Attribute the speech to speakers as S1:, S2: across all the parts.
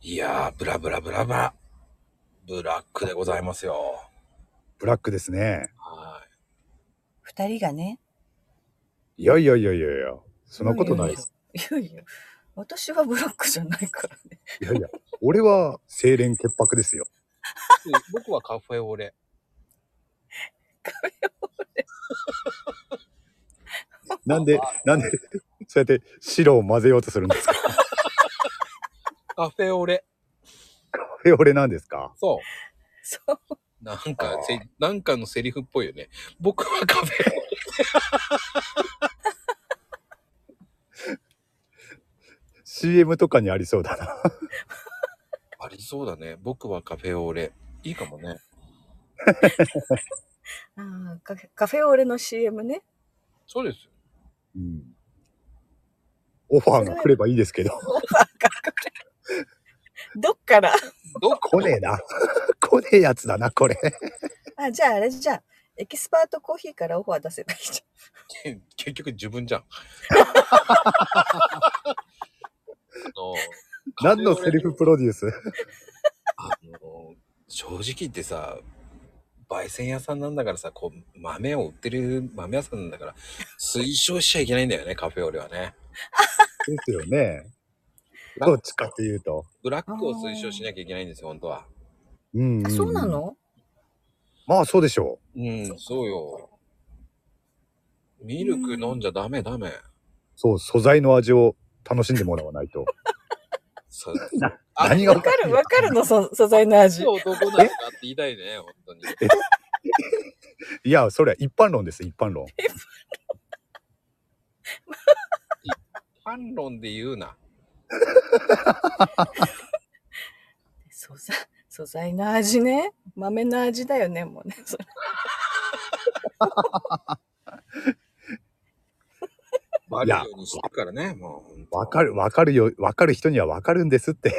S1: いやー、ブラブラブラブラ。ブラックでございますよ。
S2: ブラックですね。
S1: は
S3: 二人がね。
S2: いやいやいやいやいや、そんなことないです。
S3: いやいや、私はブラックじゃないから ね。
S2: いやいや、俺は清廉潔白ですよ。
S1: い。僕はカフェオレ。
S2: なんで、なんで、そうやって白を混ぜようとするんですか
S1: カフェオレ。
S2: え、俺なんですか
S1: そ
S3: そう。
S1: う。なんかせ、なんかのセリフっぽいよね。僕はカフェオレ。
S2: ?CM とかにありそうだな。
S1: ありそうだね。僕はカフェオレ。いいかもね。
S3: ああ、カフェカフェオレの CM ね。
S1: そうですよ。
S2: うん。オファーが来ればいいですけど。
S3: どっから
S1: どっ
S2: 来ねえな。来ねえやつだな、これ。
S3: あ、じゃああれじゃあ、エキスパートコーヒーからオファー出せばいいじ
S1: け 結局自分じゃん。あの
S2: 何のセリフプロデュース
S1: あの正直言ってさ焙煎屋さんなんだからさこう豆を売ってる豆屋さんなんだから推奨しちゃいけないんだよねカフェオレはね
S2: ですよね。どっちかっていうと。
S1: ブラックを推奨しなきゃいけないんですよ本当は
S2: うん、
S3: ゃん。あ、そうなの
S2: まあそうでしょう。
S1: うんそうよミルク飲んじゃダメダメ
S2: そう、素材の味を楽しんでもらわないと。
S1: さ
S2: な
S1: あ
S2: 何が
S3: わかるわかるの、そ素材の味。
S1: 男なんだって言いたいね本当に
S2: いや、それは一般論です、一般論。
S1: 反論で言うな
S3: 素材、素材の味ね。豆の味だよね、もうね。それ
S1: バリオにしてるからねもう本当
S2: わかる、わかるよ、わかる人にはわかるんですって。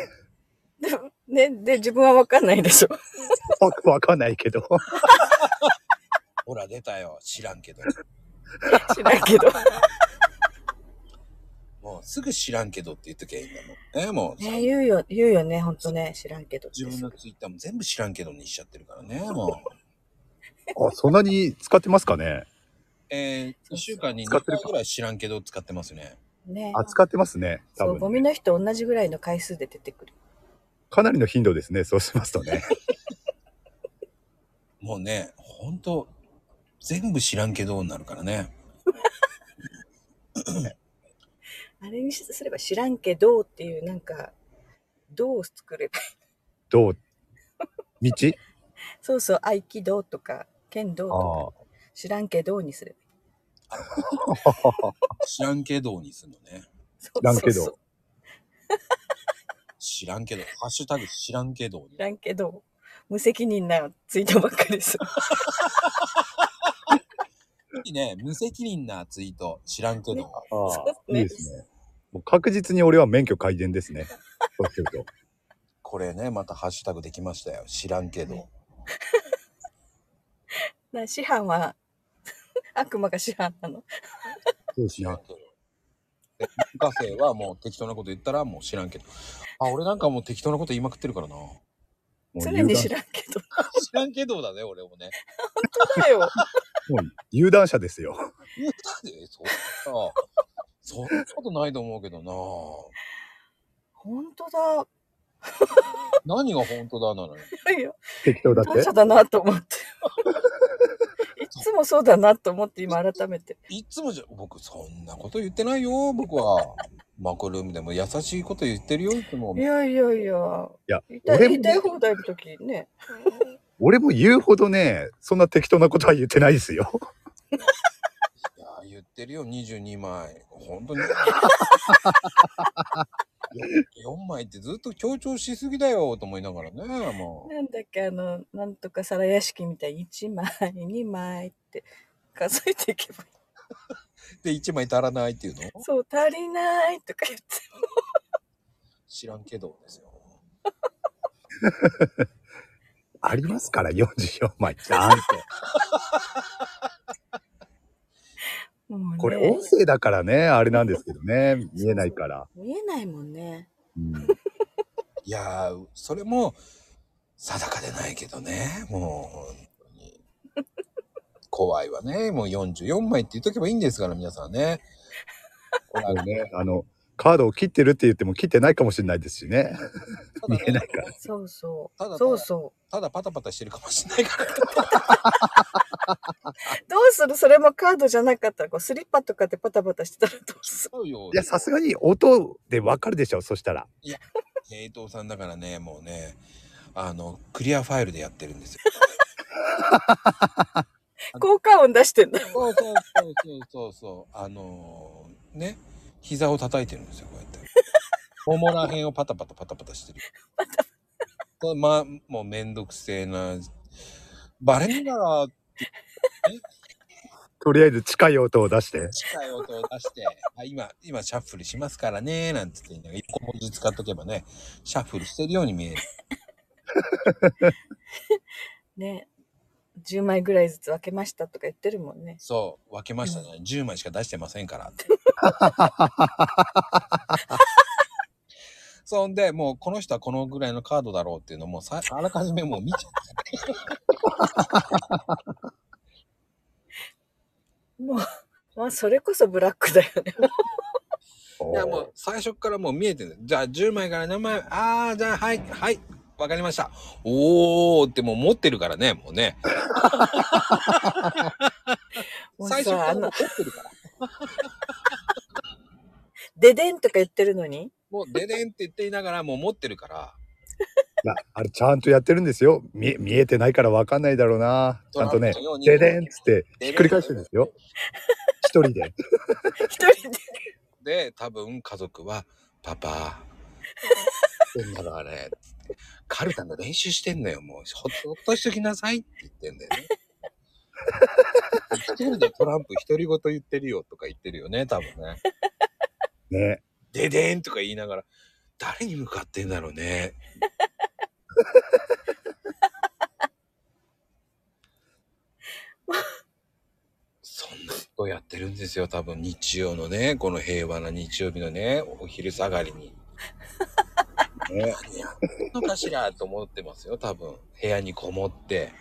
S3: ね、で、自分はわかんないでしょ。
S2: わわかんないけど。
S1: ほら出たよ知らんけど
S3: 知らんけど。
S1: もうすぐ知らんけどって言っときゃいいんだもん。えもう、
S3: ね、言うよ、言うよね、ほんとね。知らんけどって。
S1: 自分のツイッターも全部知らんけどにしちゃってるから ね、もう。
S2: あ、そんなに使ってますかね
S1: えー、1週間に2
S2: 使ってる
S1: 回
S2: か
S1: ぐらい知らんけど使ってますね。
S3: ね。
S2: あ、使ってますね。多
S3: そう、ゴ
S2: 分、
S3: ミの日と同じぐらいの回数で出てくる。
S2: かなりの頻度ですね、そうしますと ね。
S1: もうね、ほんと、全部知らんけどになるからね。
S3: あれにしすれば知らんけどっていう、なんか、どう作れば
S2: どう道
S3: そうそう、合気道とか、剣道
S2: あ
S3: とか、知らんけどにすればいい。
S1: 知らんけどにするのね。
S3: そう
S2: 知らんけど
S3: そうそう
S1: 知らんけど、ハッシュタグ知らんけどに
S3: 知。らんけど、無責任なツイートばっかりする。
S1: いいね、無責任なツイート、知らんけど。
S2: ああ
S3: そう
S2: い
S3: ね
S2: いですね。もう確実に俺は免許改善です ね。そうすると。
S1: これね、またハッシュタグできましたよ。知らんけど。
S3: な師範は、 悪魔が師範なの。
S2: そうです
S1: 知ら
S2: ね
S1: ん。けど。で文科生はもう適当なこと言ったらもう知らんけど。あ、俺なんかもう適当なこと言いまくってるからな。
S2: もう
S3: 常
S2: 油
S3: に
S2: 断
S3: 知らんけど。
S1: 知らんけどだね、俺もね。
S3: そう だよ。
S2: もう有段者ですよ。
S1: 言ったで、そんな。そんなことないと思うけどな。
S3: ほんとだ。
S1: 何が本当だなのよ。
S3: いや、
S2: 適当だって
S3: 感。謝だなと思って。 いつもそうだなと思って、今 改めて。
S1: いつもじゃ、僕そんなこと言ってないよ、僕は。マクルームでも優しいこと言ってるよ、いつも
S3: い。やいやいや。
S2: いや
S3: 言いたい
S2: 俺も
S3: 言いたい放題の時ね。
S2: 俺も言うほどね、そんな適当なことは言ってないですよ。
S1: いや言ってるよ、22枚。本当に。4枚ってずっと強調しすぎだよと思いながらね、もう。
S3: なんだっけ、あの、なんとか皿屋敷みたいに1枚、2枚って数えていけばい
S1: で、1枚足らないっていうの
S3: い。そう、足りないとか言って。
S1: 知らんけどですよ。
S2: ありますから、44枚。なんて。
S3: もうね
S2: これ音声 だからね、あれなんですけどね、見えないから。
S3: 見えないもんね。
S2: うん
S1: いやー、それも定かでないけどね、もう本当に。 怖いわね。もう44枚って言っとけばいいんですから、皆さんね。ほら
S2: もうね、あの、カードを切ってるって言っても切ってないかもしれないですしね。
S1: ただ
S2: 見
S1: ね
S2: えないから。
S3: そうそ
S1: ただただ
S3: う。そうそ
S1: ただパタパタしてるかもしれないから。
S3: う。どうするそれもカードじゃなかったら、こうスリッパとかでパタパタしてたらどうする
S1: そうよ。
S2: いや、さすがに音でわかるでしょ、そしたら。
S1: 平等さんだからね、もうね、あの、クリアファイルでやってるんですよ。
S3: 効果音出してんだ。
S1: そうそうそうそうそうそう。あのーね、膝を叩いてるんですよ、こうやって。ももら辺をパタパタパタパタしてる。これまあ、もうめんどくせえな。バレんなら、
S2: とりあえず近い音を出して。
S1: 近い音を出して、あ今、今、シャッフルしますからね、なんつって言いながら、一個文字使っとけばね、シャッフルしてるように見える。
S3: ね。10枚ぐらいずつ分けましたとか言ってるもんね。
S1: そう、分けましたね。10枚しか出してません からって。そんで、もうこの人はこのぐらいのカードだろうっていうのもさ、あらかじめもう見ちゃって。
S3: もう、まあ、それこそブラックだよね。
S1: いやもう最初からもう見えてる。じゃあ10枚から何枚、ああ、じゃあはい、はい、わかりました。おーってもう持ってるからね、もうね。
S3: もう
S1: 最初か
S3: さ、あ
S1: らもう
S3: の、
S1: 持ってるから。
S3: ででんとか言ってるのに。
S1: もうででんって言っていながらもう持ってるから。
S2: いやあれちゃんとやってるんですよ。見え見えてないからわかんないだろうな。ちゃんとね
S1: トランプのよう、に
S2: ででんっつってひっくり返してるんですよ。一人 で。
S3: 一人で。
S1: で、多分家族は、パパ、んだからね、カルタの練習してんのよ、もう。ほっとほっとしときなさいって言ってんだよね。一人でトランプ独り言言ってるよとか言ってるよね、多分ね。
S2: ね。
S1: ででんとか言いながら、誰に向かってんだろうね。そんなことやってるんですよ、多分日曜のね、この平和な日曜日のね、お昼下がりに。
S2: ね
S1: 何やってんのかしらと思ってますよ、多分。部屋にこもって。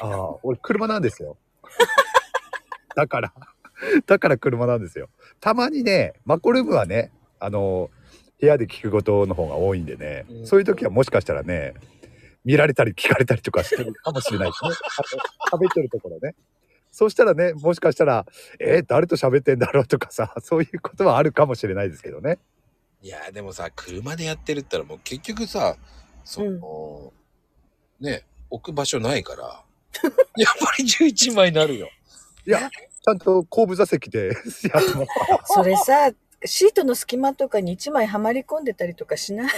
S2: ああ、俺車なんですよ。 だから、だから車なんですよ。たまにね、マコルームはね、あの、部屋で聞くことの方が多いんでね、
S1: うん
S2: そういう時はもしかしたらね、見られたり聞かれたりとかして るかもしれないですね。あの喋ってるところね。そうしたらね、もしかしたら、えー誰と喋ってんだろうとかさ、そういうことはあるかもしれないですけどね。
S1: いやーでもさ、車でやってるったらもう結局さ、その、ね、置く場所ないから、やっぱり11枚になるよ。
S2: いや、ちゃんと後部座席でやってます から。
S3: それさ、シートの隙間とかに一枚はまり込んでたりとかしない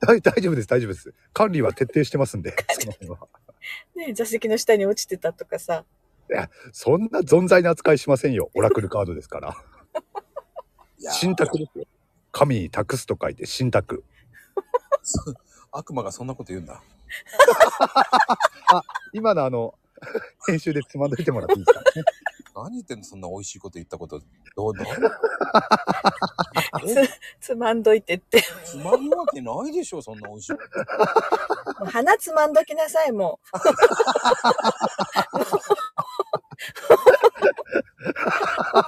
S2: 大大丈夫です、大丈夫です。管理は徹底してますんで、その辺は。
S3: ね 座席の下に落ちてたとかさ。
S2: そんな存在な扱いしませんよ。オラクルカードですから。
S1: いやー
S2: 信託ですよ。神に託すと書いて信託。
S1: そう悪魔がそんなこと言うんだ。
S2: 今のあの、 編集でつまんどいてもらっていいですか ね。
S1: 何言ってんのそんな美味しいこと言ったこと。どうどうえ
S3: つつまんどいてって。
S1: つまむわけないでしょ、そんな美味しいこと。
S3: もう鼻つまんどきなさい、も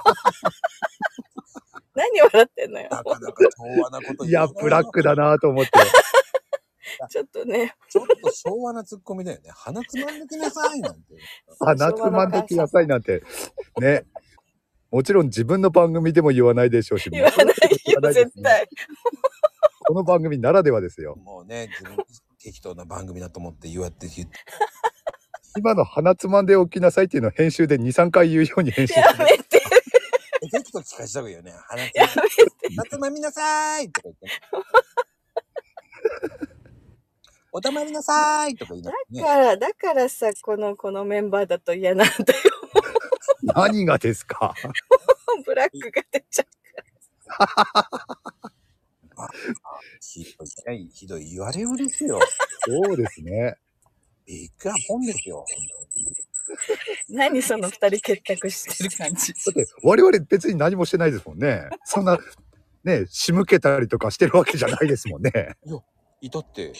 S3: う。何笑ってんのよ。
S1: なかなか昭和なこと言うない
S2: や、ブラックだなと思って。
S3: ちょっとね、
S1: ちょっと昭和なツッコミだよね。鼻つまんできなさいなんて。
S2: あ、夏まんどき野菜なんて。ね。もちろん自分の番組でも言わないでしょうし、
S3: 言わない
S2: 言
S3: よ
S2: わ、ないですね
S3: 絶対。
S2: この番組ならではですよ。
S1: もうね、自分適当な番組だと思って言わって言って。
S2: 今の鼻つまんでおきなさいっていうのを編集で2、3回言うように編集して
S3: やめて、
S1: エフェクト聞かした方がいいよね。鼻つ
S3: や
S1: ま
S3: めて。
S1: 鼻つまみなさーいとか言ってね。おたまりなさーいとか言いながら
S3: だ
S1: ね。
S3: から、だからさ、この、このメンバーだと嫌なんだよ。
S2: 何がですか
S3: ブラックが出ちゃ
S1: ひどい、ひどい言われようですよ。
S2: そうですね。
S1: ビッグアポンですよ。
S3: う。何その二人結託してる感じ。
S2: だって我々別に何もしてないですもんね。そんな、ね、仕向けたりとかしてるわけじゃないですもんね。
S1: いたって、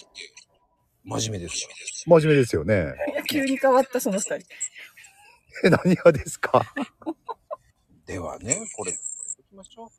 S1: 真面目ですから。
S2: 真面目ですよね。
S3: 急に変わったその二人。
S2: え、何がですか
S1: ではね、これ、行きましょう。